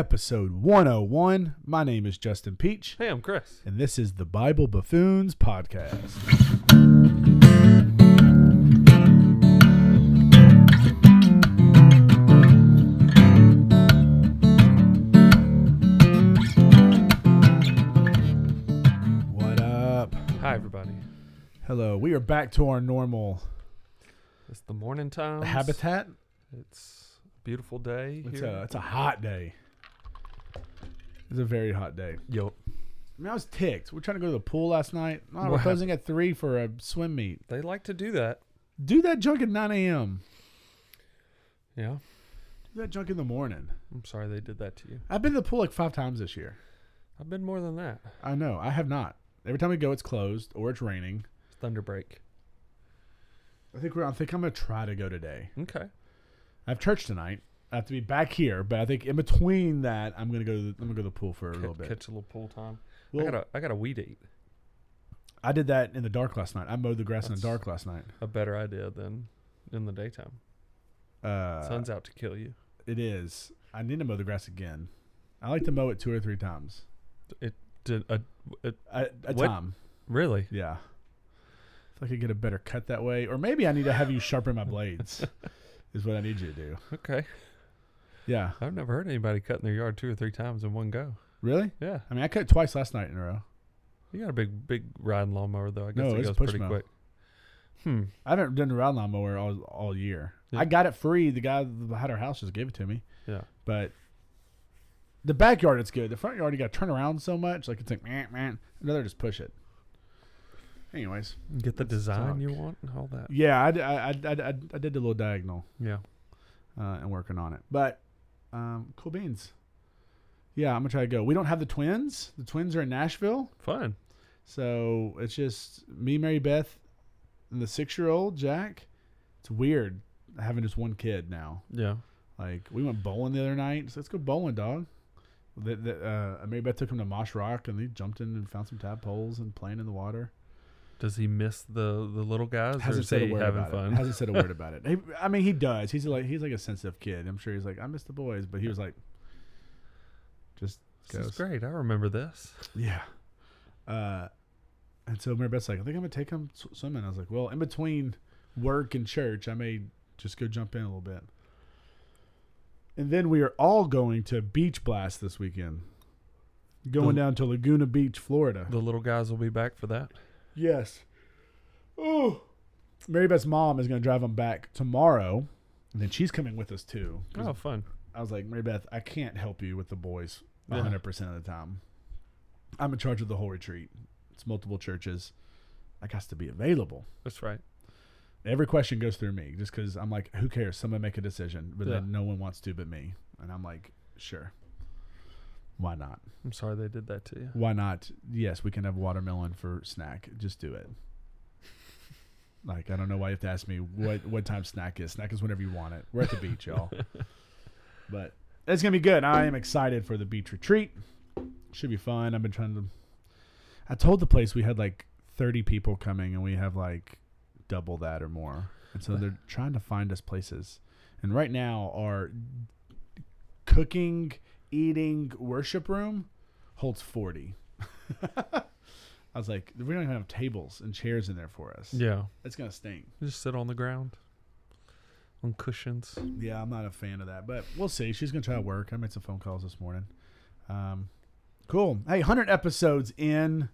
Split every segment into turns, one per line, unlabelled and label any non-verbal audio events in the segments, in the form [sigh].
episode 101. My name is Justin Peach,
Hey, I'm Chris.
and this is the Bible Buffoons Podcast. What up?
Hi, everybody.
Hello. We are back to our normal
It's the morning time.
habitat.
It's a beautiful day
It's uh,
here.
a, it's a hot day. It's a very hot day.
Yo,
I mean, I was ticked. We're trying to go to the pool last night. Oh, we're
What?
closing at three for a swim meet.
they like to do that.
Do that junk at nine a.m.
Yeah.
Do that junk in the morning.
I'm sorry they did that to you.
I've been to the pool like five times this year.
I've been more than that.
I know. I have not. Every time we go, it's closed or it's raining.
It's thunder break.
I think we're. I think I'm gonna try to go today.
Okay.
I have church tonight. I have to be back here, but I think in between that, I'm gonna go. To the, I'm gonna go to the pool for a
Ca-
little bit.
Catch a little pool time.
Well-
I got a I got a weed eat.
I did that in the dark last night. I mowed the grass in the
That's-
dark last night.
A better idea than in the daytime.
Uh,
Sun's out to kill you.
It is. I need to mow the grass again. I like to mow it two or three times.
Did a, a,
A, a
What?
time.
really?
Yeah. If I could get a better cut that way, or maybe I need to have you sharpen my [laughs] blades, is what I need you to do.
Okay.
Yeah.
I've never heard anybody cutting their yard two or three times in one go.
Really?
Yeah.
I mean, I cut twice last night in a row.
You got a big big riding lawnmower though. I guess
No,
it
it's
goes
push
pretty
mow.
quick. Hmm.
I haven't done a round lawnmower all, all year.
Yeah.
I got it free. The guy that had our house just gave it to me.
Yeah.
But the backyard, it's good. The front yard, you got to turn around so much. Like, it's like, man, man. Another, just push it. Anyways.
Get the design you
talk.
want and all that.
Yeah, I, d- I- I- I- I- I did a little diagonal
Yeah.
uh, and working on it. But um, cool beans. Yeah, I'm gonna try to go. We don't have the twins. The twins are in Nashville,
Fun.
so it's just me, Mary Beth, and the six-year-old Jack. It's weird having just one kid now.
Yeah.
Like we went bowling the other night. So let's go bowling, dog. The, the, uh, Mary Beth took him to Mosh Rock, and they jumped in and found some tadpoles and playing in the water.
Does he miss the the little guys? or
hasn't
is
said a
he
word
having
about
fun?
it. Hasn't said a
[laughs]
word about it. He, I mean, he does. He's like he's like a sensitive kid. I'm sure he's like I miss the boys, but he was like, just
This is
goes.
great. I remember this.
yeah. Uh, and so Mary Beth's like, I think I'm gonna take him sw- swimming. I was like, well, in between work and church, I may just go jump in a little bit. And then we are all going to Beach Blast this weekend. Going
The-
down to Laguna Beach, Florida.
The little guys will be back for that.
Yes. Oh. Mary Beth's mom is going to drive them back tomorrow. And then she's coming with us too. 'Cause
Oh, fun.
I was like, Mary Beth, I can't help you with the boys
Yeah.
100% of the time. I'm in charge of the whole retreat. It's multiple churches. I got to be available.
That's right.
Every question goes through me just because I'm like, who cares? Someone make a decision. But
Yeah.
then no one wants to but me. And I'm like, sure. Why not?
I'm sorry they did that to you.
Why not? Yes, we can have watermelon for snack. Just do it. Like I don't know why you have to ask me what what time snack is. Snack is whenever you want it. We're at the beach, y'all. But it's gonna be good. I am excited for the beach retreat. Should be fun. I've been trying to. I told the place we had like thirty people coming, and we have like double that or more. And so they're trying to find us places. And right now, our cooking, eating, worship room holds forty. [laughs] I was like, we don't even have tables and chairs in there for us.
Yeah.
It's gonna stink.
You just sit on the ground on cushions.
Yeah, I'm not a fan of that, but we'll see. She's gonna try to work. I made some phone calls this morning. Um, cool. Hey, 100 episodes in.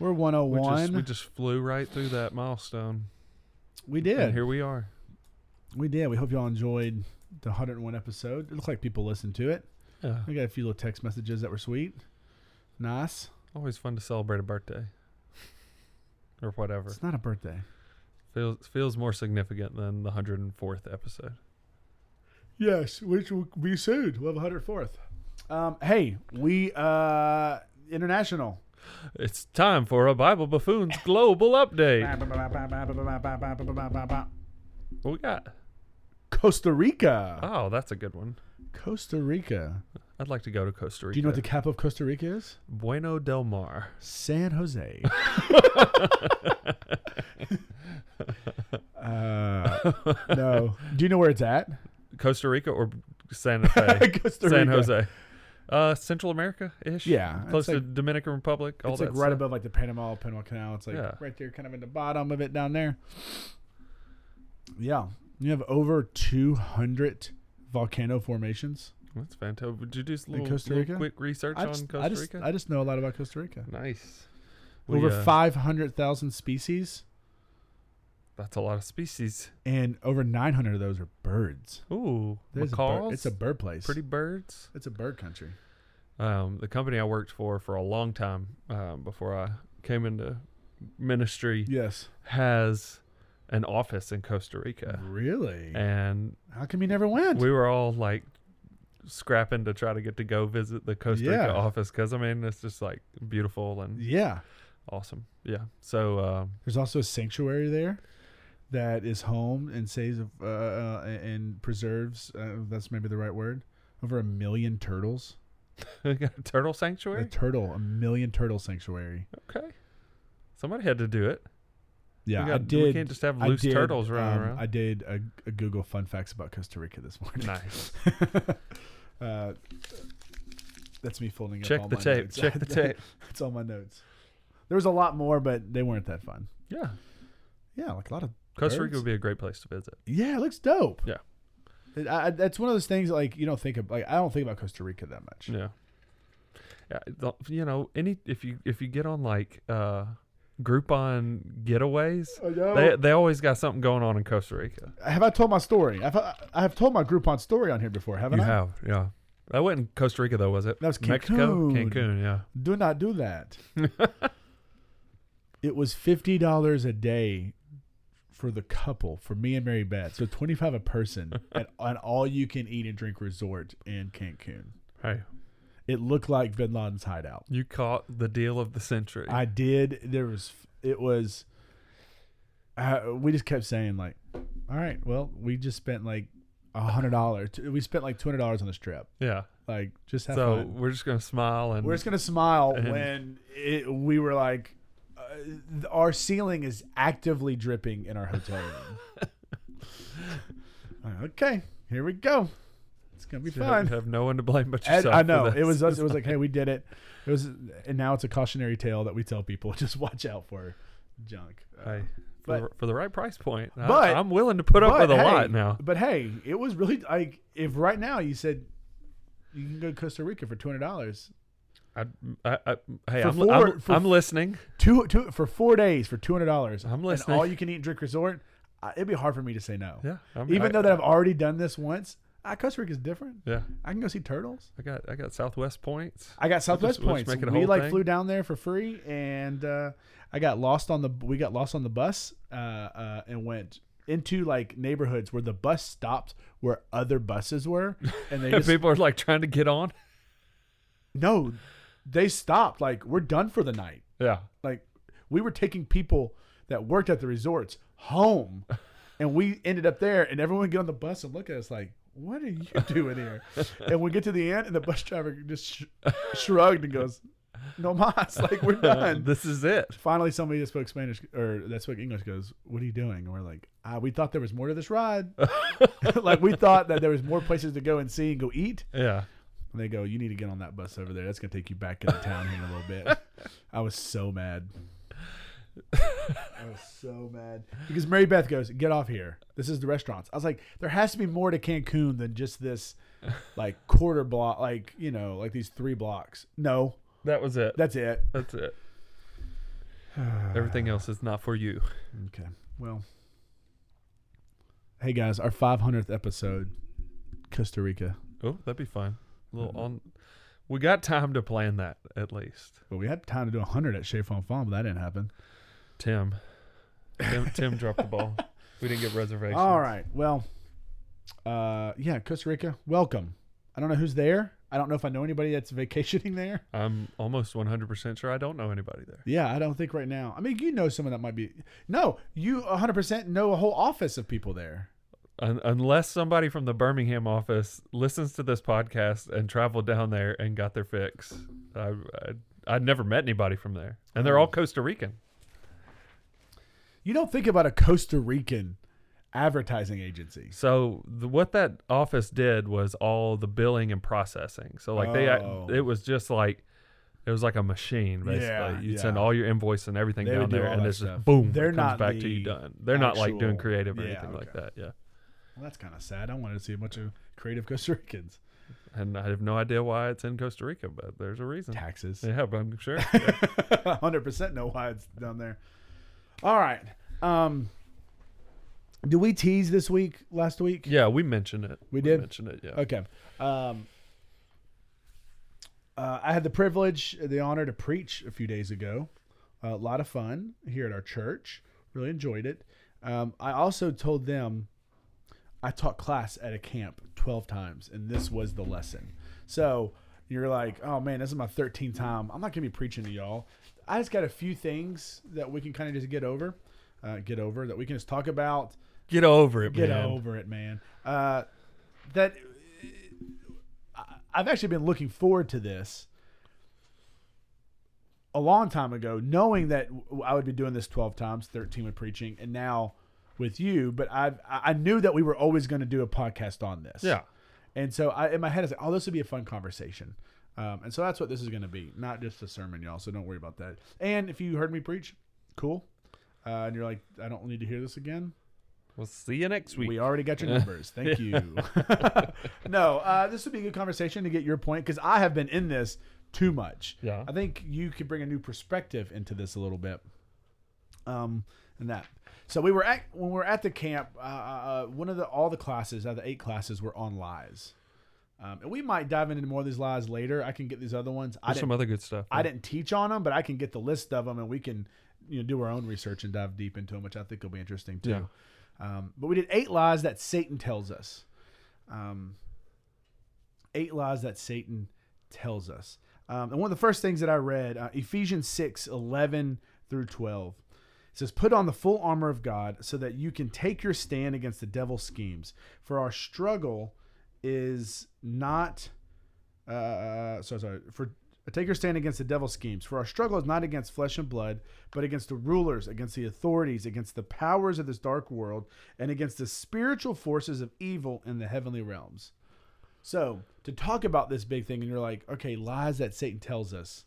We're
We
101. We,
just, we just flew right through that milestone.
did.
And here we are.
we did. We hope y'all enjoyed the 101 episode. It looked like people listened to it.
Yeah.
We got a few little text messages that were sweet. Nice.
Always fun to celebrate a birthday. Or whatever.
It's not a birthday.
Feels feels more significant than the 104th episode.
Yes, which will be soon. We'll have 104th. Um, hey, we uh, international.
It's time for a Bible Buffoons Global Update. What we got?
Costa Rica.
Oh, that's a good one.
Costa Rica.
I'd like to go to Costa Rica.
Do you know what the cap of Costa Rica is?
Bueno del Mar?
San Jose. [laughs] uh, no. Do you know where it's at?
Costa Rica or Santa Fe?
[laughs] Costa
San
Rica.
Jose. Uh, Central America ish.
Yeah, it's
close to
like-
Dominican Republic. All
it's
that
like right
stuff.
above like the Panama Panama Canal. It's like
Yeah.
right there, kind of in the bottom of it down there. Yeah, you have over 200 volcano formations
That's fantastic. Would you do a
in
little,
Costa
little
Rica.
quick research
I
on
just,
Costa
I just,
Rica?
I just know a lot about Costa Rica.
nice.
over
We, uh,
500,000 species,
That's a lot of species.
and over 900 of those are birds.
Ooh,
There's a
macaws.
bird, it's a bird place.
pretty birds.
It's a bird country.
um, the company I worked for for a long time um, before I came into ministry
Yes.
has an office in Costa Rica,
Really?
and
How come you never went?
we were all like scrapping to try to get to go visit the Costa
Yeah.
Rica office because I mean it's just like beautiful and
yeah.
awesome. Yeah. So um, [laughs]
There's also a sanctuary there that is home and saves uh, uh, and preserves. Uh, that's maybe the right word. Over a million turtles.
we got a turtle
A
sanctuary.
turtle, a million turtle sanctuary.
Okay. Somebody had to do it.
Yeah,
we,
I
got,
did.
we can't just have
I
loose
did,
turtles running
um,
around.
I did a, a Google fun facts about Costa Rica this morning.
[laughs] nice.
[laughs] uh, that's me folding up. all
Check the
my
tape.
notes. [laughs]
Check the tape.
It's all my notes. There was a lot more, but they weren't that fun.
Yeah.
Yeah, like a lot of
Costa Rica
Birds?
would be a great place to visit.
Yeah, it looks dope.
Yeah.
It- I, I- that's one of those things like you don't think of like I don't think about Costa Rica that much.
Yeah. Yeah, the- you know, any if you if you get on like uh Groupon getaways,
I know.
they they always got something going on in Costa Rica.
have I told my story? I've, I I have told my Groupon story on here before, haven't
you
I?
have, yeah. That wasn't in Costa Rica though, was it?
That was
Mexico,
Cancun.
Cancun, yeah.
Do not do
[laughs]
that. it was fifty dollars a day for the couple, for me and Mary Beth, so twenty five a
[laughs]
person at an all you can eat and drink resort in Cancun.
Hey,
It looked like Bin Laden's hideout.
you caught the deal of the century.
I did. There was. It was. Uh, we just kept saying like, "All right, well, we just spent like a hundred dollars. We spent like two hundred dollars on this trip.
yeah.
Like, just have
So
fun.
we're just gonna smile and
We're just gonna smile
and-
when it, we were like, uh, th- our ceiling is actively dripping in our hotel room.
[laughs]
Like, okay, here we go. It's gonna be
you
fun.
Have, have no one to blame but
And
yourself.
I
for
know it
this.
was us. It was
[laughs]
like, hey, we did it. It was, and now it's a cautionary tale that we tell people: [laughs] just watch out for junk. Uh,
Hey, for,
But-
the, for the right price point, I,
but-
I'm willing to put up with a
hey,
lot now.
But hey, it was really like if right now you said you can go to Costa Rica for two hundred dollars,
I, I, I, hey,
For
I'm, li- I'm-
four- for
I'm
f-
listening.
two two for four days for two hundred dollars.
I'm listening.
all you can eat and drink resort. I, it'd be hard for me to say no.
Yeah, I'm,
Even
I-
though that I've already done this once, uh, Costa Rica is different.
yeah,
I can go see turtles.
I got I got Southwest points.
I got Southwest
let's
points.
make it a
We
whole
like
thing.
flew down there for free, and uh, I got lost on the we got lost on the bus uh, uh, and went into like neighborhoods where the bus stopped where other buses were, and
[laughs]
they just,
People are like trying to get on.
no, they stopped. Like we're done for the night.
Yeah,
Like we were taking people that worked at the resorts home, and we ended up there, and everyone would get on the bus and look at us like. What are you doing here? and we get to the end, and the bus driver just sh- shrugged and goes, "No mas, [laughs] like we're done."
this is it.
finally somebody that spoke Spanish or that spoke English goes, "What are you doing?" And we're like, ah, "We thought there was more to this ride. [laughs] like we thought that there was more places to go and see and go eat."
Yeah,
And they go, "You need to get on that bus over there. That's gonna take you back into town here in a little bit." [laughs] I was so mad. I was so mad because Mary Beth goes, "Get off here. This is the restaurants." I was like, "There has to be more to Cancun than just [laughs] this, like quarter block, like you know, like these three blocks." No,
that was it.
that's [sighs] it.
That's it. Everything else is not for you.
Okay. Well, hey guys, our 500th episode, Costa Rica.
Oh, that'd be fun. A
Mm-hmm.
little on. We got time to plan that at least.
Well, we had time to do 100 at Chez Fon Farm, but that didn't happen.
Tim, Tim,
[laughs]
Tim dropped the ball. We didn't get reservations.
All right. Well, uh, yeah, Costa Rica, welcome. I don't know who's there. I don't know if I know anybody that's [laughs] vacationing there.
I'm almost 100% sure I don't know anybody there.
Yeah, I don't think right now. I mean, you know someone that might be. No, you 100% know a whole office of people there.
Un- unless somebody from the Birmingham office listens to this podcast and traveled down there and got their fix. I, I I'd never met anybody from there,
Mm.
and they're all Costa Rican.
You don't think about a Costa Rican advertising agency.
So the, what that office did was all the billing and processing. So like they,
Oh.
it was just like it was like a machine basically.
Yeah,
You'd send
yeah.
all your invoice and everything
They would
down
do
there,
all
and
that
it's
stuff.
just boom.
They're
it comes
not
back to you
the
done. They're not like doing
actual-
creative or
Yeah,
anything like
okay.
that. Yeah,
Well, that's kind of sad. I wanted to see a bunch of creative [laughs] Costa Ricans.
and I have no idea why it's in Costa Rica, but there's a reason.
Taxes. [laughs]
Yeah, but I'm sure.
Hundred percent know why it's down there. All right. Um, did we tease this week? Last week?
yeah, we mentioned it.
We did? Uh,
mention it. Yeah.
Okay. Um, uh, I had the privilege, the honor to preach a few days ago. a lot of fun here at our church. Really enjoyed it. Um, I also told them I taught class at a camp 12 times, and this was the lesson. So you're like, oh man, this is my 13th time. I'm not going to be preaching to y'all. I just got a few things that we can kind of just get over, uh, get over that we can just talk about.
Get over it,
Get
man.
over it, man. Uh, that I- I've actually been looking forward to this a long time ago, knowing that w- I would be doing this twelve times, thirteen with preaching, and now with you. But I I I knew that we were always going to do a podcast on this.
Yeah.
And so I, in my head, I was like, oh, this would be a fun conversation. Um, and so that's what this is going to be, not just a sermon, y'all. So don't worry about that. And if you heard me preach, cool. Uh, and you're like, I don't need to hear this again.
We'll see you next week.
We already got your numbers.
[laughs]
Thank you. [laughs] no, uh, this would be a good conversation to get your point because I have been in this too much.
Yeah.
I think you could bring a new perspective into this a little bit. Um, and that. So we were at when we were at the camp. Uh, uh, one of the all the classes, out of the eight classes, were on lies, um, and we might dive into more of these lies later. I can get these other ones. I
There's
didn't
some other good stuff.
I didn't teach on them, but I can get the list of them and we can you know do our own research and dive deep into them, which I think will be interesting too.
Yeah.
Um, but we did eight lies that Satan tells us. Um, eight lies that Satan tells us. Um, and one of the first things that I read, uh, Ephesians 6 11 through 12. It says, Put on the full armor of God so that you can take your stand against the devil's schemes. For our struggle is not uh, sorry, sorry. For take your stand against the devil's schemes. For our struggle is not against flesh and blood, but against the rulers, against the authorities, against the powers of this dark world, and against the spiritual forces of evil in the heavenly realms. So to talk about this big thing, and you're like, okay, lies that Satan tells us.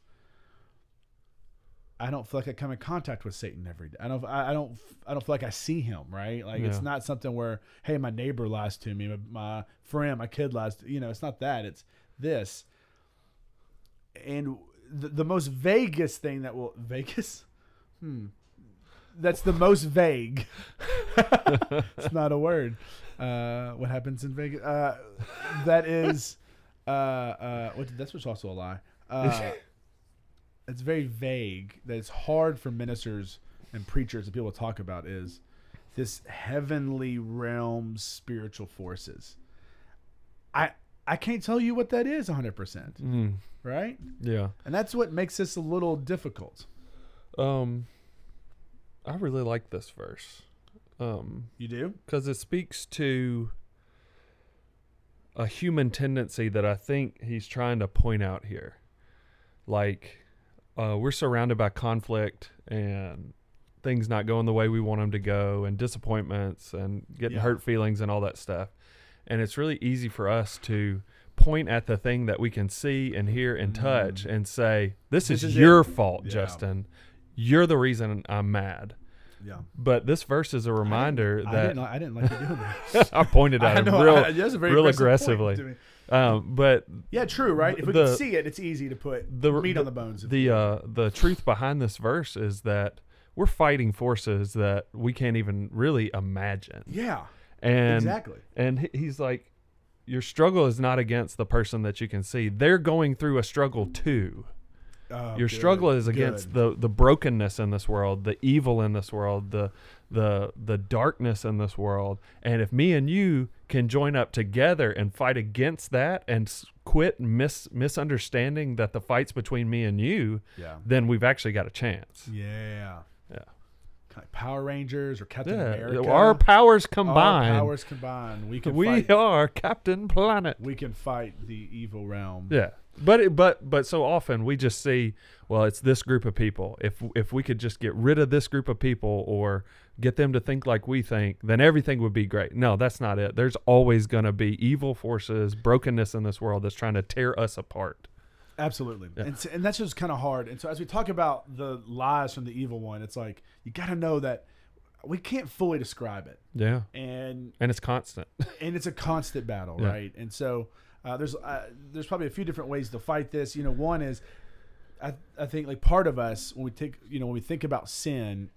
I don't feel like I come in contact with Satan every day. I don't. I I don't. I don't feel like I see him. Right. Like it's
Yeah.
not something where, hey, my neighbor lies to me. My, my friend, my kid lies. To, you know, it's not that. It's this and the, the most vaguest thing that will Vegas, hmm, that's the most vague. [laughs] it's not a word. Uh, what happens in Vegas? Uh, that is, uh, uh, what, that's what's also a lie. Uh, it's very vague. That it's hard for ministers and preachers and people to talk about is this heavenly realm spiritual forces. I I can't tell you what that is 100%,
Mm,
right?
yeah.
And that's what makes this a little difficult.
Um, I really like this verse. Um,
You do?
because it speaks to a human tendency that I think he's trying to point out here. Like, uh, we're surrounded by conflict and things not going the way we want them to go, and disappointments and getting
Yeah.
hurt feelings and all that stuff. And it's really easy for us to point at the thing that we can see and hear and touch and say, This,
Mm-hmm. This
is,
is it."
your fault,
Yeah.
Justin. You're the reason I'm mad.
Yeah.
But this verse is a reminder
I
that
didn't, li- I didn't like you doing
[laughs]
that.
I pointed
[laughs]
at
I
him
know,
real,
I- that's a very
real
aggressive point to
aggressively.
me.
Um, but
Yeah, true, right? If we
The-
can see it, it's easy to put
the
meat on the bones. of-
The uh, the truth behind this verse is that we're fighting forces that we can't even really imagine.
yeah,
And
exactly.
and he- he's like, your struggle is not against the person that you can see. They're going through a struggle too.
Oh,
your
good,
struggle is against
good.
the the brokenness in this world, the evil in this world, the the the darkness in this world. And if me and you can join up together and fight against that and s- quit mis- misunderstanding that the fight's between me and you,
Yeah.
then we've actually got a chance.
Yeah.
Yeah.
Kind of Power Rangers or Captain
Yeah,
America.
our powers
Our
combined.
powers combined. We can,
we
fight,
are Captain Planet.
we can fight the evil realm.
Yeah. But it, but but so often we just see, well, it's this group of people. If if we could just get rid of this group of people or get them to think like we think, then everything would be great. No, that's not it. There's always going to be evil forces, brokenness in this world that's trying to tear us apart.
Absolutely. And, s- and that's just kind of hard. And so as we talk about the lies from the evil one, it's like you got to know that we can't fully describe it.
Yeah.
And
And it's constant.
and it's a constant battle,
Yeah.
right? And so uh, there's uh, there's probably a few different ways to fight this. You know, one is I, I think like part of us when we take you know when we think about sin,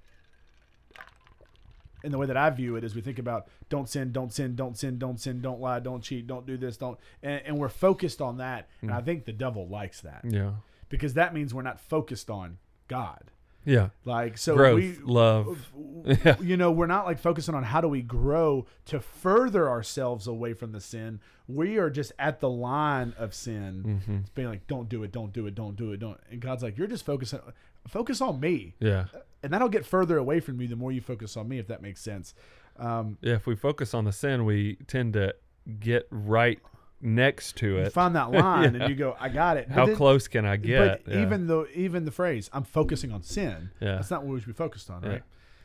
and the way that I view it is we think about don't sin, don't sin, don't sin, don't sin, don't lie, don't cheat, don't do this, don't, and, and we're focused on that. And
Mm.
I think the devil likes that
[laughs] Yeah.
because that means we're not focused on God.
Yeah.
Like so,
Growth,
we uh,
[laughs] love.
w- you know, we're not like focusing on how do we grow to further ourselves away from the sin. We are just at the line of sin. It's being like, don't do it, don't do it, don't do it, don't. And God's like, you're just focusing, focus on me,
Yeah.
and that'll get further away from you the more you focus on me. If that makes sense. Um,
Yeah, if we focus on the sin, we tend to get right next to
you
it.
find that line, and you go, I got it. But
How
then-
close can I get?
But
Yeah.
even though even the phrase "I'm focusing on sin,"
Yeah.
that's not what we should be focused on,
Yeah.
right?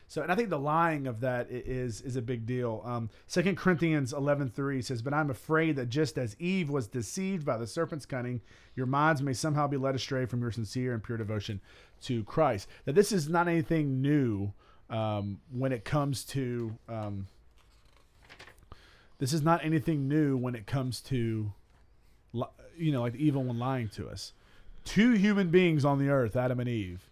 So, and I think the lying of that i- is is a big deal. Um, 2 Corinthians eleven three says, "But I'm afraid that just as Eve was deceived by the serpent's cunning, your minds may somehow be led astray from your sincere and pure devotion to Christ." That this is not anything new um, when it comes to um, this is not anything new when it comes to li- you know like the evil one lying to us two human beings on the earth adam and eve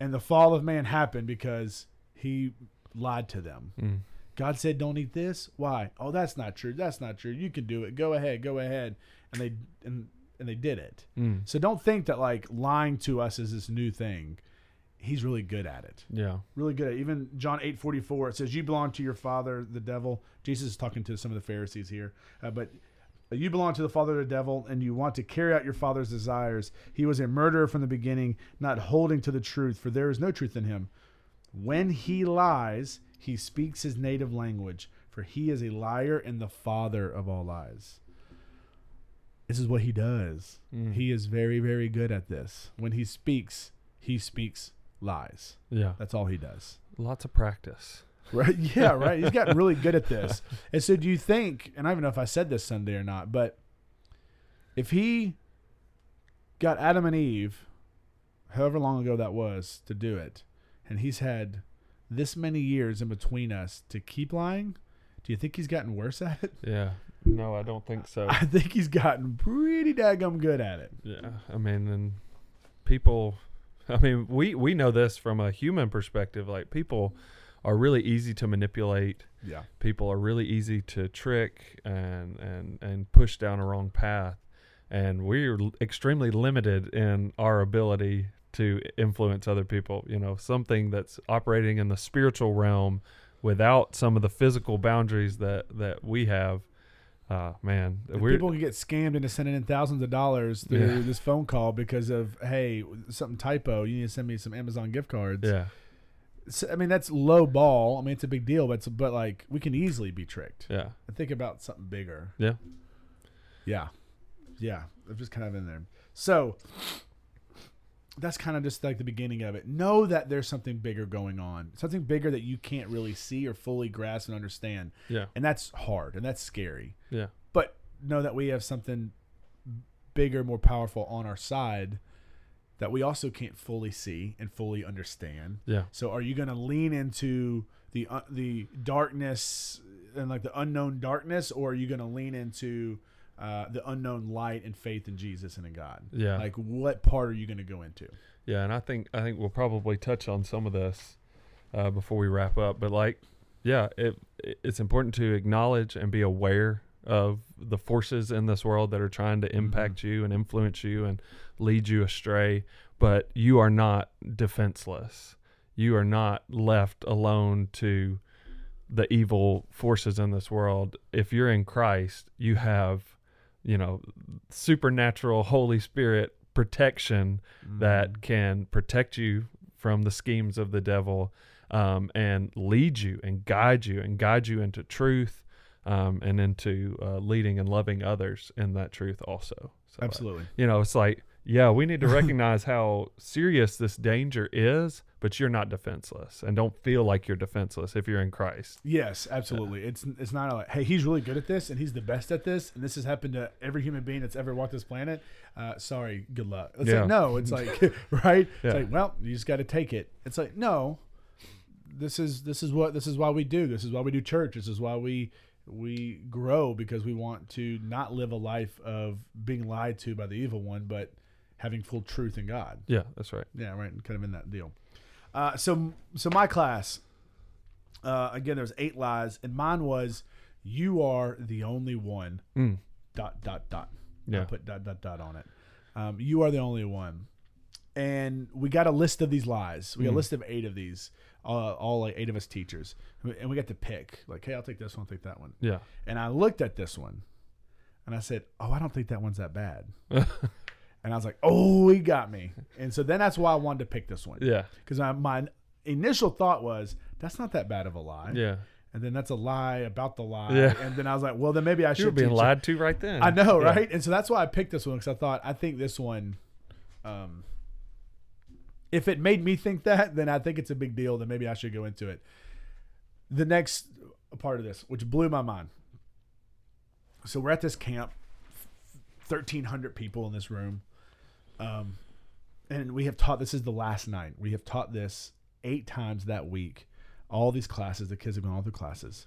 and the fall of man happened because he lied to them
Mm.
god said don't eat this why oh that's not true that's not true you can do it go ahead go ahead and they and, and they did it
Mm.
so don't think that like lying to us is this new thing he's really good at it
Yeah.
really good at it. even john eight forty four. it says you belong to your father the devil jesus is talking to some of the pharisees here uh, but you belong to the father of the devil and you want to carry out your father's desires he was a murderer from the beginning not holding to the truth for there is no truth in him when he lies he speaks his native language for he is a liar and the father of all lies this is what he does
Hmm. Mm-hmm.
he is very very good at this when he speaks he speaks lies
Yeah.
that's all he does.
Lots of practice. [laughs]
Right? Yeah, right. He's gotten really good at this. And so do you think, and I don't even know if I said this Sunday or not, but if he got Adam and Eve, however long ago that was, to do it, and he's had this many years in between us to keep lying, do you think he's gotten worse at it?
Yeah. No, I don't think [laughs] so.
[laughs] I think he's gotten pretty daggum good at it.
Yeah, I mean, and people, I mean, we we know this from a human perspective. Like people are really easy to manipulate.
Yeah.
People are really easy to trick and and and push down a wrong path. And we're l- extremely limited in our ability to influence other people. You know, something that's operating in the spiritual realm without some of the physical boundaries that that we have. Uh, man, we're
people can get scammed into sending in thousands of dollars through
Yeah.
this phone call because of hey something typo you need to send me some amazon gift cards
yeah.
So, i mean that's low ball i mean it's a big deal but it's, but like we can easily be tricked
Yeah.
I think about something bigger
Yeah.
yeah yeah i'm just kind of in there so that's kind of just like the beginning of it know that there's something bigger going on something bigger that you can't really see or fully grasp and understand
Yeah.
and that's hard and that's scary
Yeah.
but know that we have something bigger, more powerful on our side that we also can't fully see and fully understand.
Yeah.
So, are you going to lean into the uh, the darkness and like the unknown darkness, or are you going to lean into uh, the unknown light and faith in Jesus and in God?
Yeah.
Like, what part are you going to go into?
yeah, and I think I think we'll probably touch on some of this uh, before we wrap up. But like, yeah, it it- it's important to acknowledge and be aware of the forces in this world that are trying to impact you and influence you and lead you astray. But you are not defenseless. You are not left alone to the evil forces in this world. If you're in Christ, you have, you know, supernatural Holy Spirit protection that can protect you from the schemes of the devil um, and lead you and guide you and guide you into truth um, and into uh, leading and loving others in that truth also. So, uh,
Absolutely.
you know, it's like, yeah,
[laughs]
we need to recognize how serious this danger is, but you're not defenseless and don't feel like you're defenseless if you're in Christ.
Yes, absolutely. It's it's not like, hey, he's really good at this and he's the best at this, and this has happened to every human being that's ever walked this planet. Uh, sorry, good luck. It's
Yeah.
like no, it's like [laughs] right.
Yeah.
It's like well, you just got to take it. It's like no, this is this is what this is why we do. This is why we do church. This is why we we grow because we want to not live a life of being lied to by the evil one, but having full truth in God.
Yeah, that's right.
Yeah, right. Kind of in that deal. Uh, so, so my class, uh, again, there was eight lies, and mine was, "You are the only one."
Mm.
Dot dot dot.
Yeah.
I put dot dot dot on it. Um, you are the only one, and we got a list of these lies. We got a list of eight of these. Uh, all like eight of us teachers, and we got to pick. Like, hey, I'll take this one. I'll take that one.
Yeah.
And I looked at this one and I said, Oh, I don't think that one's that bad.
[laughs]
and I was like, Oh, he got me. And so then that's why I wanted to pick this one.
Yeah.
Because my, my initial thought was, That's not that bad of a lie.
Yeah.
And then that's a lie about the lie.
Yeah.
And then I was like, Well, then maybe I should.
You were being
teach it."
lied to right then.
I know,
Yeah.
right? And so that's why I picked this one because I thought, I think this one, um, if it made me think that, then I think it's a big deal. Then maybe I should go into it. The next part of this, which blew my mind. So we're at this camp, 1,300 people in this room. Um, and we have taught this is the last night. We have taught this eight times that week. All these classes, the kids have gone all through classes.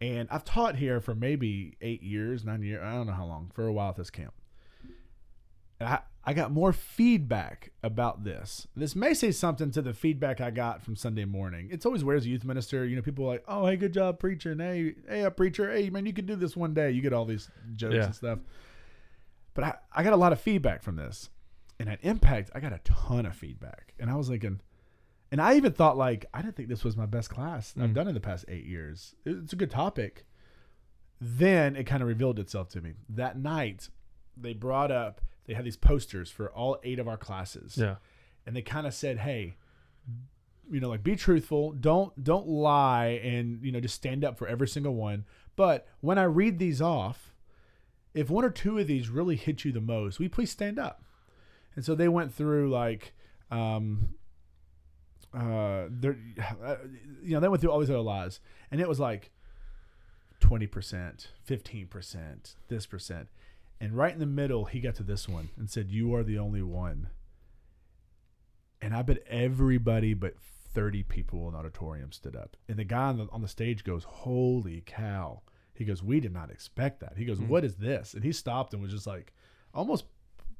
And I've taught here for maybe eight years, nine years, I don't know how long, for a while at this camp. And I, I got more feedback about this. This may say something to the feedback I got from Sunday morning. It's always weird as a youth minister, you know, people are like, oh, hey, good job, preacher. And hey, hey, a preacher. Hey, man, you could do this one day. You get all these jokes
Yeah.
and stuff. But I, I got a lot of feedback from this. And at Impact, I got a ton of feedback. And I was thinking, and I even thought like I didn't think this was my best class I've done in the past eight years. It- It's a good topic. Then it kind of revealed itself to me that night. They brought up they had these posters for all eight of our classes,
Yeah.
and they kind of said, "Hey, you know, like be truthful. Don't don't lie, and you know, just stand up for every single one." But when I read these off, if one or two of these really hit you the most, we please stand up. And so they went through like, um, uh, there, [sighs] you know, they went through all these other lies, and it was like twenty percent, fifteen percent, this percent, and right in the middle, he got to this one and said, "You are the only one." And I bet everybody but thirty people in the auditorium stood up, and the guy on the, on the stage goes, "Holy cow!" He goes, "We did not expect that." He
Hmm.
goes, "What is this?" And he stopped and was just like, almost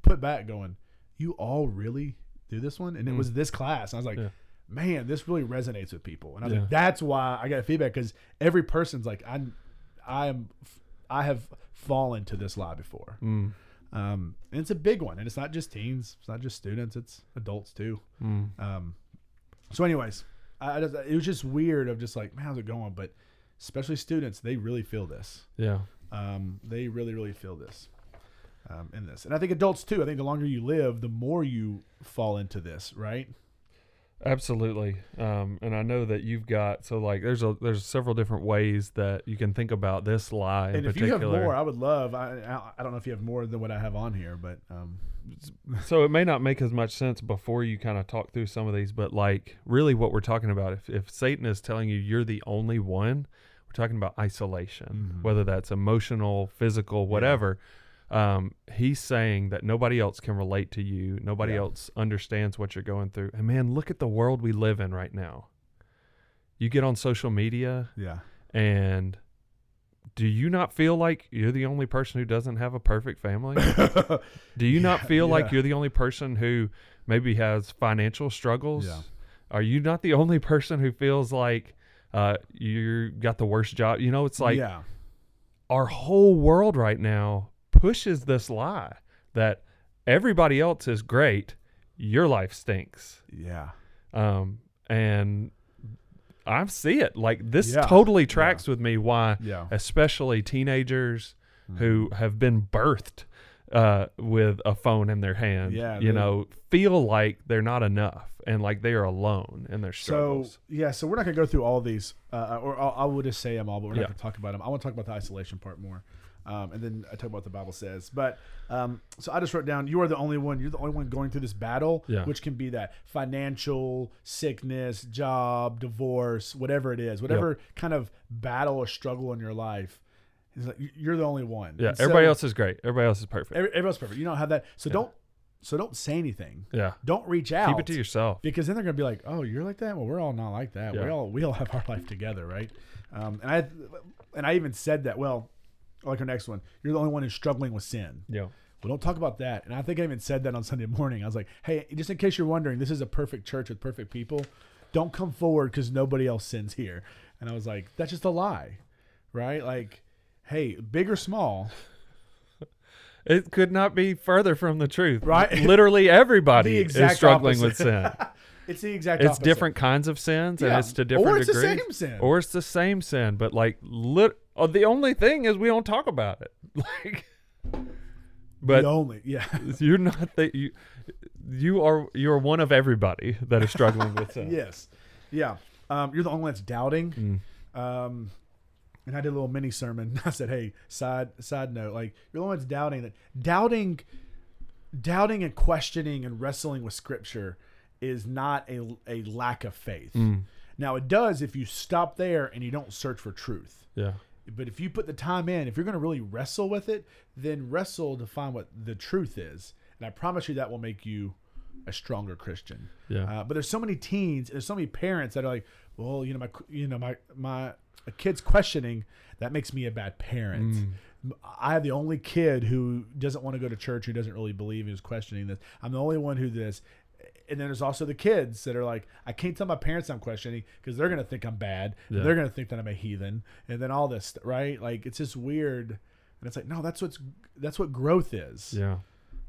put back, going, "You all really do this one?" And it was this class. And I was like.
Hmm. Yeah.
Man, this really resonates with people, and I was
Yeah.
like, "That's why I got feedback because every person's like, I, I am, I have fallen to this lie before,
Mm.
um, and it's a big one, and it's not just teens, it's not just students, it's adults too.
Mm.
Um, so, anyways, I, I just, it was just weird of just like, man, how's it going? But especially students, they really feel this.
Yeah.
Um, they really, really feel this um, in this, and I think adults too. I think the longer you live, the more you fall into this, right?
Absolutely. Um, and I know that you've got so like there's a there's several different ways that you can think about this lie in
and if
particular.
you have more, I would love. I, I I don't know if you have more than what I have on here, but um,
so it may not make as much sense before you kind of talk through some of these, but like really what we're talking about, if, if Satan is telling you you're the only one, we're talking about isolation, whether that's emotional, physical, whatever. Um, he's saying that nobody else can relate to you, nobody
Yeah.
else understands what you're going through. And man, look at the world we live in right now. You get on social media,
yeah, [laughs]
and do you not feel like you're the only person who doesn't have a perfect family? do you not
Yeah,
feel like
yeah.
you're the only person who maybe has financial struggles?
Yeah.
Are you not the only person who feels like uh, you got the worst job? You know, it's like
yeah,
our whole world right now pushes this lie that everybody else is great, your life stinks
yeah.
um, and I see it. Like this
Yeah.
totally tracks with me. Why,
Yeah.
especially teenagers
Hmm.
who have been birthed uh, with a phone in their hand,
Yeah,
you
they-
know, feel like they're not enough and like they are alone in their
So
struggles.
yeah, so we're not gonna go through all these, uh, or I'll, I will just say them all, but we're not
Yeah.
gonna talk about them. I want to talk about the isolation part more. Um, and then I talk about what the Bible says. But um, so I just wrote down, you are the only one. You're the only one going through this battle,
Yeah.
which can be that financial, sickness, job, divorce, whatever it is, whatever kind of battle or struggle in your life. It's like, you- you're the only one.
Yeah,
And so-
everybody else is great. Everybody else is perfect.
Every, everybody else perfect. You don't have that. So don't. So don't say anything.
yeah.
Don't reach out.
Keep it to yourself.
Because then they're gonna be like, "Oh, you're like that. Well, we're all not like that.
Yeah.
We all we all have our life together, right?" Um, and I and I even said that. Well, like our next one, you're the only one who's struggling with sin.
Yeah.
Well, don't talk about that. And I think I even said that on Sunday [laughs] morning. I was like, "Hey, just in case you're wondering, this is a perfect church with perfect people. Don't come forward because nobody else sins here." And I was like, "That's just a lie, right? Like, hey, big or small,
It could not be further from the truth.
Right?
Literally
[laughs]
everybody
The
is
exact
struggling with
opposite. [laughs]
sin.
it's the exact.
it's
opposite.
different kinds of sins
Yeah.
and it's to different
Or it's the
degrees.
same sin.
Or it's the same sin, but like lit- oh, the only thing is we don't talk about it. [laughs] Like
The
but
only, yeah,
you're not the you you are you're one of everybody that is
[laughs]
struggling with sin.
yes, yeah. Um, you're the only one that's doubting. Um, and I did a little mini sermon. [laughs] I said, "Hey, side side note, like you're the one that's doubting that doubting, doubting and questioning and wrestling with Scripture is not a a lack of faith. Now it does if you stop there and you don't search for truth.
Yeah.
But if you put the time in, if you're going to really wrestle with it, then wrestle to find what the truth is. And I promise you that will make you a stronger Christian.
Yeah.
Uh, but there's so many teens, and there's so many parents that are like, well, you know, my, you know, my, my, a kid's questioning that makes me a bad parent.
Mm.
I have the only kid who doesn't want to go to church, who doesn't really believe, who's questioning this. I'm the only one who this. And then there's also the kids that are like, I can't tell my parents I'm questioning because they're gonna think I'm bad. and
Yeah.
They're gonna think that I'm a heathen, and then all this, st- right? Like it's just weird. And it's like, no, that's what's that's what growth is.
Yeah.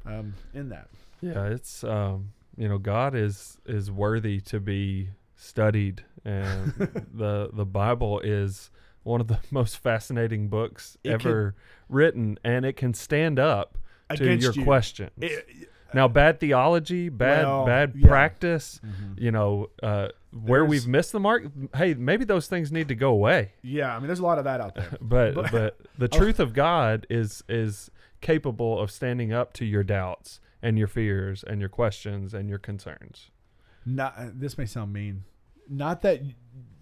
Um, in that,
Yeah, it's um, you know, God is is worthy to be studied,
[laughs]
and the the Bible is one of the [laughs] most fascinating books
It can-
ever written, and it can stand up to
Against
your
you.
questions.
It- uh,
now, bad theology, bad
Well,
bad
yeah. Mm-hmm.
practice, you know, uh, where
There's-
we've missed the mark. Hey, maybe those things need to go away.
yeah, I mean, there's a lot of that out there.
But
But-
but, [laughs] Oh. the truth of God is is capable of standing up to your doubts and your fears and your questions and your concerns.
not uh, this may sound mean not that y-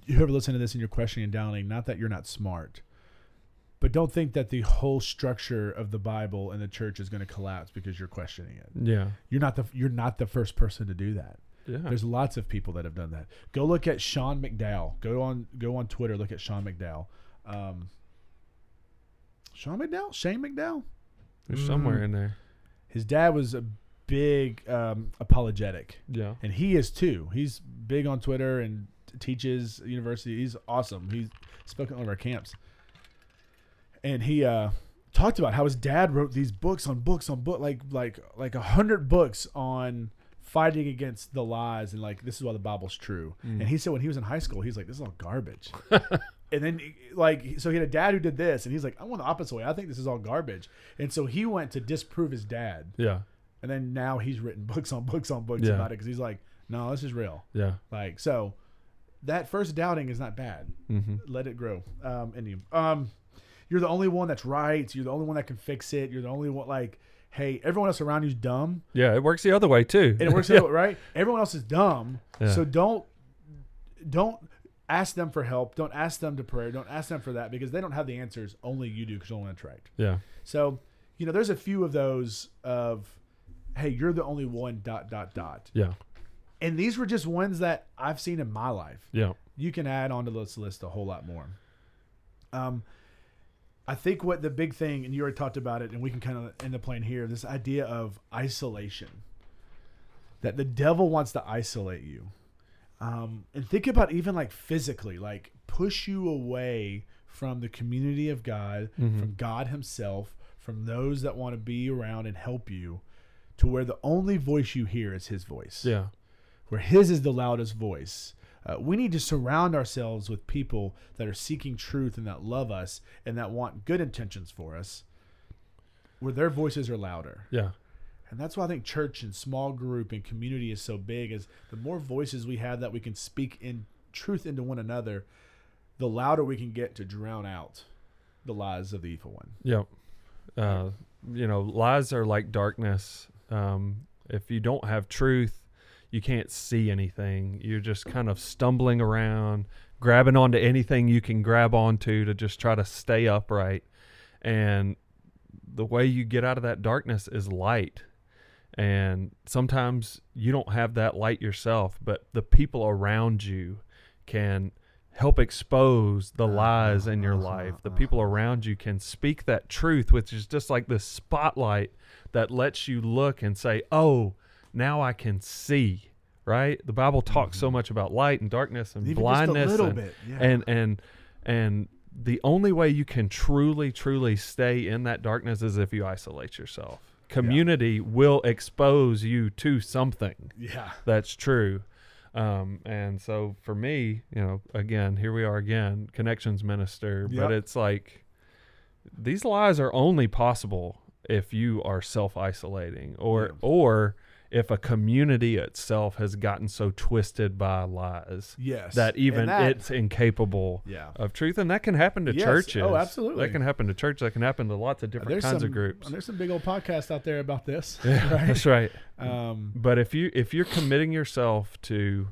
whoever listened to this and you're questioning and doubting not that you're not smart but don't think that the whole structure of the bible and the church is going to collapse because you're questioning it
Yeah.
you're not the you're not the first person to do that
Yeah.
there's lots of people that have done that go look at sean mcdowell go on go on twitter look at sean mcdowell um, sean mcdowell shane mcdowell
There's somewhere in there.
his dad was a big um, apologetic
Yeah.
and he is too. He's big on Twitter and t- teaches university. He's awesome. He's spoken at one of our camps, and he uh, talked about how his dad wrote these books on books on book like like like a hundred books on fighting against the lies and like this is why the Bible's true. And he said when he was in high school, he's like this is all garbage. And then, like, so he had a dad who did this, and he's like, "I want the opposite way. I think this is all garbage." And so he went to disprove his dad.
Yeah.
And then now he's written [laughs] books on books on books
Yeah.
about it because he's like, no, this is real.
Yeah.
Like, so that first doubting is not bad.
Mm-hmm.
Let it grow um, in you. Um, you're the only one that's right. You're the only one that can fix it. You're the only one, like, hey, everyone else around you's dumb.
Yeah. It works the other way too.
And it
[laughs]
works
yeah.
out, right? Everyone else is dumb.
Yeah.
So don't, don't ask them for help. Don't ask them to prayer. Don't ask them for that because they don't have the answers. Only you do because you're the one that's right.
Yeah.
So, you know, there's a few of those of, hey, you're the only one, dot, dot, dot.
Yeah.
And these were just ones that I've seen in my life.
Yeah.
You can add onto this list a whole lot more. Um, I think what the big thing, and you already talked about it, and we can kind of end the plane here this idea of isolation that the devil wants to isolate you. Um, and think about even like physically, like push you away from the community of God, from God Himself, from those that want to be around and help you, to where the only voice you hear is His voice
Yeah.
where his is the loudest voice. Uh, we need to surround ourselves with people that are seeking truth and that love us and that want good intentions for us, where their voices are louder.
Yeah.
And that's why I think church and small group and community is so big. Is the more voices we have that we can speak in truth into one another, the louder we can get to drown out the lies of the evil one.
Yeah. Uh, you know, lies are like darkness. Um, if you don't have truth, you can't see anything. You're just kind of stumbling around, grabbing onto anything you can grab onto to just try to stay upright. And the way you get out of that darkness is light. And sometimes you don't have that light yourself, but the people around you can help expose the lies in your life. The people around you can speak that truth, which is just like this spotlight that lets you look and say, Oh, now I can see. Right? The Bible talks so much about light and darkness and
Mm-hmm. Even just a
blindness
little
and,
bit, yeah.
and and and the only way you can truly, truly stay in that darkness is if you isolate yourself. Community will expose you to something
Yeah.
that's true. Um, and so for me, you know, again, here we are again, connections minister,
Yep.
but it's like these lies are only possible if you are self isolating or
Yeah.
or if a community itself has gotten so twisted by lies
Yes.
that even
And that-
it's incapable
Yeah.
of truth. And that can happen to
Yes. Oh,
churches.
absolutely.
That can happen to church. That can happen to lots of different
There's
kinds
some
of groups.
There's some big old podcasts out there about this.
[laughs] Yeah,
Right.
That's right.
Um,
But if you if you're committing yourself to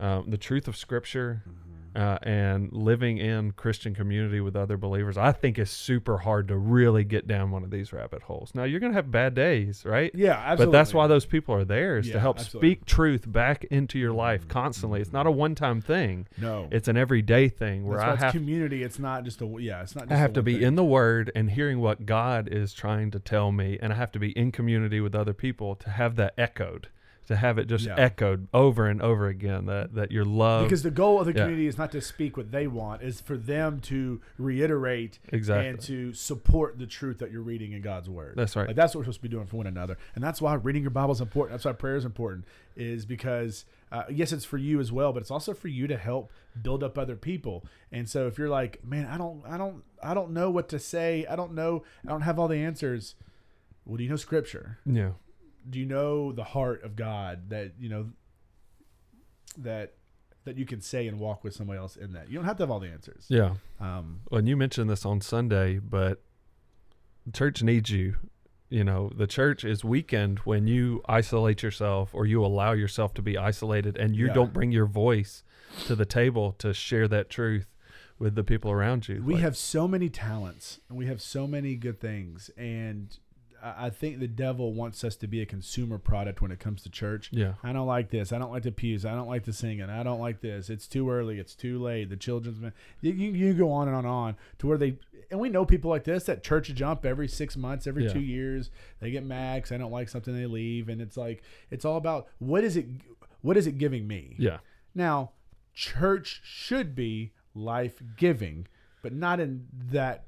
um, the truth of Scripture
Mm-hmm.
uh, and living in Christian community with other believers, I think it's super hard to really get down one of these rabbit holes. Now you're gonna have bad days, right?
yeah. Absolutely.
But that's why those people are there is
Yeah,
to help
absolutely. Mm-hmm.
speak truth back into your life constantly. It's not a one time thing.
No.
It's an everyday thing
That's
where
why
I
it's
have
community. It's not just a. Yeah. It's not. Just
I have
the
to
one
be
thing.
in the Word and hearing what God is trying to tell me, and I have to be in community with other people to have that echoed, to have it just
Yeah.
echoed over and over again that that your love
because the goal of the
Yeah.
community is not to speak what they want is for them to reiterate
Exactly.
and to support the truth that you're reading in god's word
That's right.
like that's what we're supposed to be doing for one another and that's why reading your bible is important that's why prayer is important is because uh, yes it's for you as well but it's also for you to help build up other people and so if you're like man i don't i don't i don't know what to say i don't know i don't have all the answers well do you know scripture
yeah
do you know the heart of God that you know that that you can say and walk with somebody else in that? You don't have to have all the answers.
yeah.
Um,
Well, and you mentioned this on Sunday, but the church needs you. You know, the church is weakened when you isolate yourself or you allow yourself to be isolated and you
Yeah.
don't bring your voice to the table to share that truth with the people around you.
we
Like,
have so many talents and we have so many good things, and I I think the devil wants us to be a consumer product when it comes to church.
yeah.
I don't like this. I don't like the pews. I don't like the singing. I don't like this. It's too early. It's too late. The children's men. You, you, you go on and on and on to where they and we know people like this that church jump every six months, every
Yeah.
two years. They get mad 'cause I don't like something. They leave, and it's like it's all about what is it? What is it giving me?
Yeah.
Now, church should be life giving, but not in that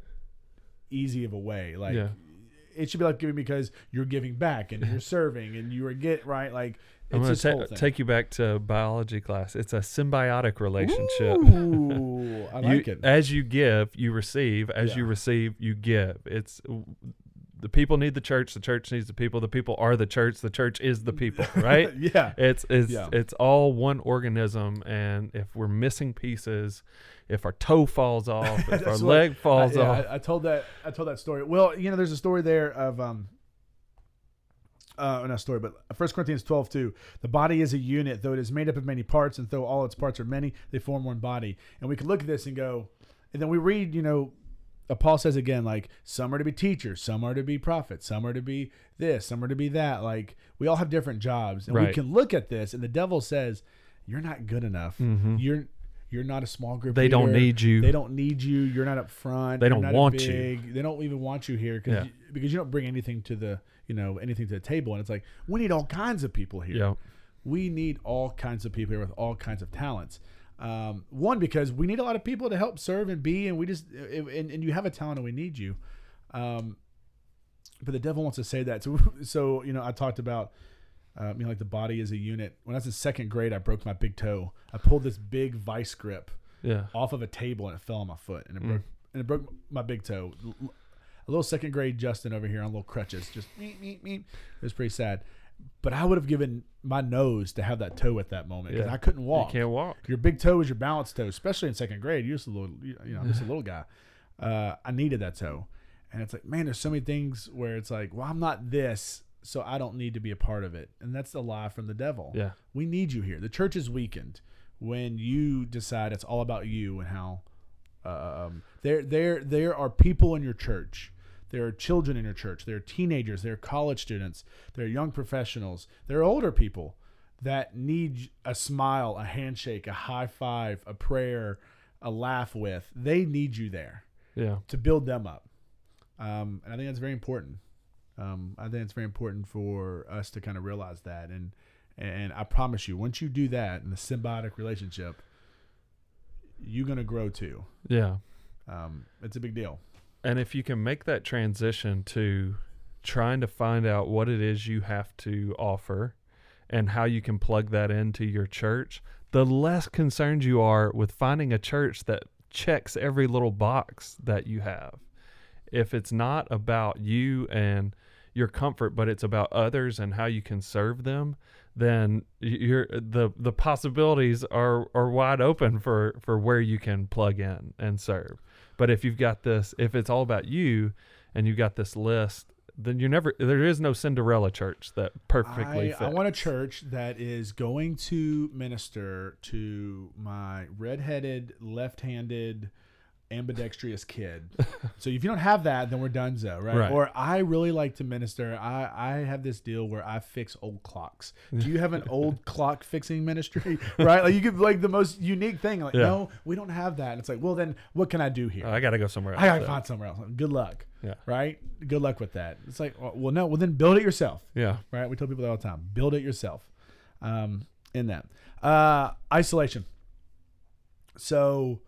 easy of a way. Like
Yeah.
it should be like giving because you're giving back and
[laughs]
you're serving and you are get right. Like
I'm
it's
going
this
to
whole thing.
take you back to biology class. It's a symbiotic relationship.
Ooh, I
[laughs] You- eh,
like it.
As you give, you receive. As you
Yeah.
receive, you give. It's the people need the church. The church needs the people. The people are the church. The church is
[laughs]
the people. Right?
[laughs] yeah.
It's it's
Yeah.
it's all one organism, and if we're missing pieces, if our toe
[laughs]
falls off, if our
That's what-
leg falls
I, yeah,
off,
I, I told that I told that story. Well, you know, there's a story there of um uh, not a story, but First Corinthians 12, 2. The body is a unit, though it is made up of many parts, and though all its parts are many, they form one body. And we could look at this and go, and then we read, you know, uh, Paul says again, like, some are to be teachers, some are to be prophets, some are to be this, some are to be that. Like, we all have different jobs. And we
Right.
can look at this, and the devil says, You're not good enough. You're you're not a small group.
Mm-hmm. They don't
leader.
need you.
They don't need you. You're not up front.
They
You're
don't
not
want you.
big, you. They don't even want you here 'cause
Yeah.
you- because you don't bring anything to the you know anything to the table. And it's like we need all kinds of people here.
yeah,
We need all kinds of people here with all kinds of talents. Um, one because we need a lot of people to help serve and be, and we just and, and you have a talent and we need you. Um, but the devil wants to say that. So [laughs] so you know I talked about um, you know, like the body is a unit. When I was in second grade, I broke my big toe. I pulled this big vice grip
yeah,
off of a table and it fell on my foot and
Hmm.
it broke and it broke my big toe. L- l- A little second grade Justin over here on little crutches, just meep meep meep. It was pretty sad. But I would have given my nose to have that toe at that moment because
Yeah.
I couldn't walk.
you can't walk.
Your big toe is your balance toe, especially in second grade. You're just a little, you know, I'm just a little guy. Uh, I needed that toe, And it's like, man, there's so many things where it's like, well, I'm not this, so I don't need to be a part of it. And that's the lie from the devil.
Yeah.
We need you here. The church is weakened when you decide it's all about you and how um, there there there are people in your church. There are children in your church. There are teenagers. There are college students. There are young professionals. There are older people that need a smile, a handshake, a high five, a prayer, a laugh with. They need you there
Yeah.
to build them up. Um, and I think that's very important. Um, I think it's very important for us to kind of realize that. And and I promise you, once you do that in the symbiotic relationship, you're gonna grow too.
Yeah.
Um, it's a big deal.
And if you can make that transition to trying to find out what it is you have to offer and how you can plug that into your church, the less concerned you are with finding a church that checks every little box that you have. If it's not about you and your comfort, but it's about others and how you can serve them, then y- you're, the the possibilities are, are wide open for, for where you can plug in and serve. But if you've got this, if it's all about you and you've got this list, then you're never, there is no Cinderella church that perfectly
I, I want a
fits.
church that is going to minister to my redheaded, left-handed, ambidextrous
[laughs]
kid. so if you don't have that, then we're donezo, right?
Right.
Or I really like to minister. I I have this deal where I fix old clocks. Do you have
[laughs]
an old clock fixing ministry? [laughs] Right? Like you could like the most unique thing. Like
Yeah.
no, we don't have that. And it's like, well then, what can I do here?
Oh, I got to go somewhere else.
I gotta
then.
find somewhere else. Good luck.
Yeah.
Right. Good luck with that. It's like, well, no. Well, then build it yourself
Yeah.
right? We tell people that all the time. Build it yourself. Um, in that uh, isolation. So,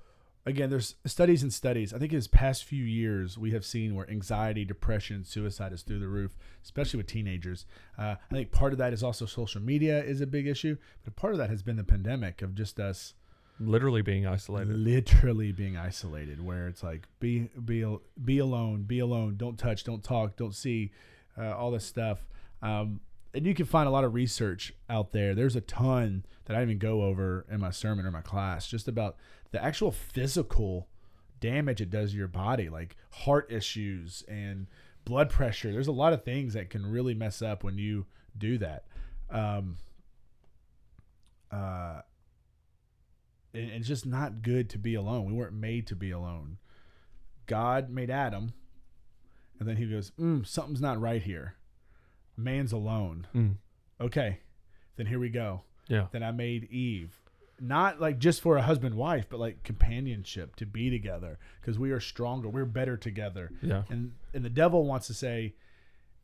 again, there's studies and studies. I think in this past few years, we have seen where anxiety, depression, suicide is through the roof, especially with teenagers. Uh, I think part of that is also social media is a big issue, but part of that has been the pandemic of just us
Literally being isolated.
literally being isolated where it's like be be al- be alone be alone don't touch don't talk don't see uh, all this stuff um, and you can find a lot of research out there there's a ton that i even go over in my sermon or my class just about the actual physical damage it does to your body like heart issues and blood pressure there's a lot of things that can really mess up when you do that um, uh, and it's just not good to be alone. We weren't made to be alone. God made Adam, and then he goes, mm, Something's not right here. Man's alone.
Mm.
Okay, then here we go.
Yeah.
Then I made Eve. Not like just for a husband wife, but like companionship to be together because we are stronger. We're better together.
Yeah.
And and the devil wants to say,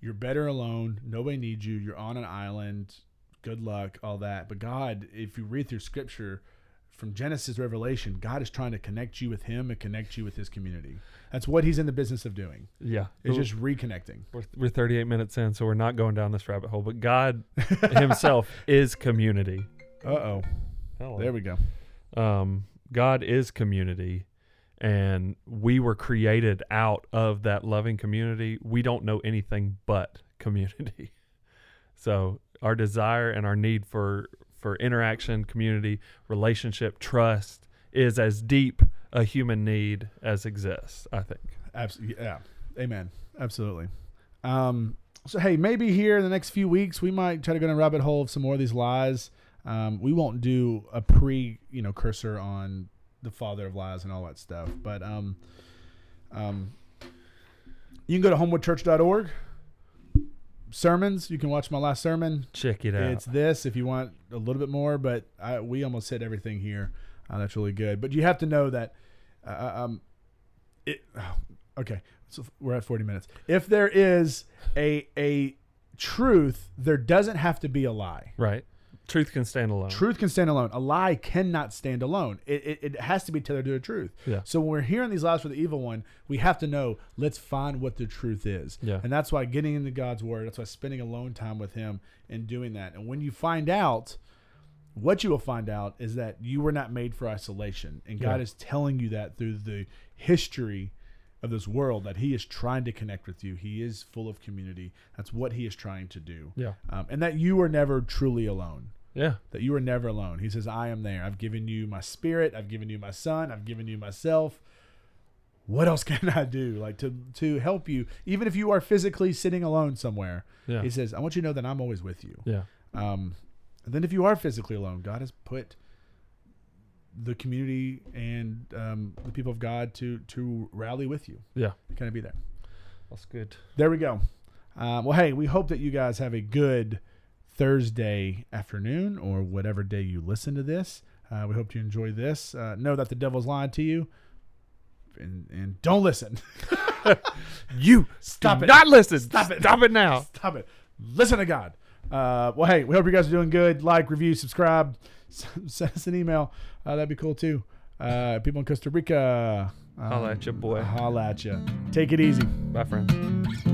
You're better alone, nobody needs you, you're on an island, good luck, all that. But God, if you read through scripture from Genesis to Revelation, God is trying to connect you with him and connect you with his community. That's what he's in the business of doing.
Yeah.
It's just reconnecting.
we're, we're 38 minutes in, so we're not going down this rabbit hole, but God himself is community.
Uh oh.
Hello.
There we go.
um, God is community, and we were created out of that loving community. We don't know anything but [laughs] community. So our desire and our need for for interaction, community, relationship, trust is as deep a human need as exists. I think.
Absolutely. Yeah. Amen. Absolutely. Um, so hey, maybe here in the next few weeks we might try to go down a rabbit hole of some more of these lies. Um, we won't do a pre, you know, cursor on the father of lies and all that stuff. But um, um, you can go to homewoodchurch.org. Sermons. You can watch my last sermon.
Check it out.
It's this if you want a little bit more, but I, we almost hit everything here. Uh, that's really good. But you have to know that, uh, um, it. oh, Okay, so we're at forty minutes. If there is a a truth, there doesn't have to be a lie.
right. Truth can stand alone.
Truth can stand alone. A lie cannot stand alone. It, it, it has to be tethered to a truth.
Yeah.
So when we're hearing these lies for the evil one, we have to know, let's find what the truth is.
Yeah.
And that's why getting into God's word, that's why spending alone time with him and doing that. And when you find out, what you will find out is that you were not made for isolation. And God
Yeah.
is telling you that through the history of this world that he is trying to connect with you. He is full of community. That's what he is trying to do.
Yeah.
Um, and that you are never truly alone
Yeah.
that you are never alone. He says, I am there. I've given you my spirit. I've given you my son. I've given you myself. what else [laughs] can I do? Like to to help you, even if you are physically sitting alone somewhere.
Yeah.
He says, I want you to know that I'm always with you.
Yeah.
Um, and then if you are physically alone, God has put the community and um, the people of God to to rally with you.
Yeah.
to kind of be there.
That's good.
There we go. Um, well, hey, we hope that you guys have a good Thursday afternoon or whatever day you listen to this. Uh, we hope you enjoy this. Uh, know that the devil's lying to you, and and don't listen. [laughs]
You
Stop it.
Not listen.
Stop it.
Stop it now.
Stop it. Listen to God. Uh, well, hey, we hope you guys are doing good. Like, review, subscribe, S- [laughs] send us an email. Uh, that'd be cool too. Uh, people in Costa Rica, um,
Holla at ya, boy.
Holla at you. Take it easy.
Bye, friend.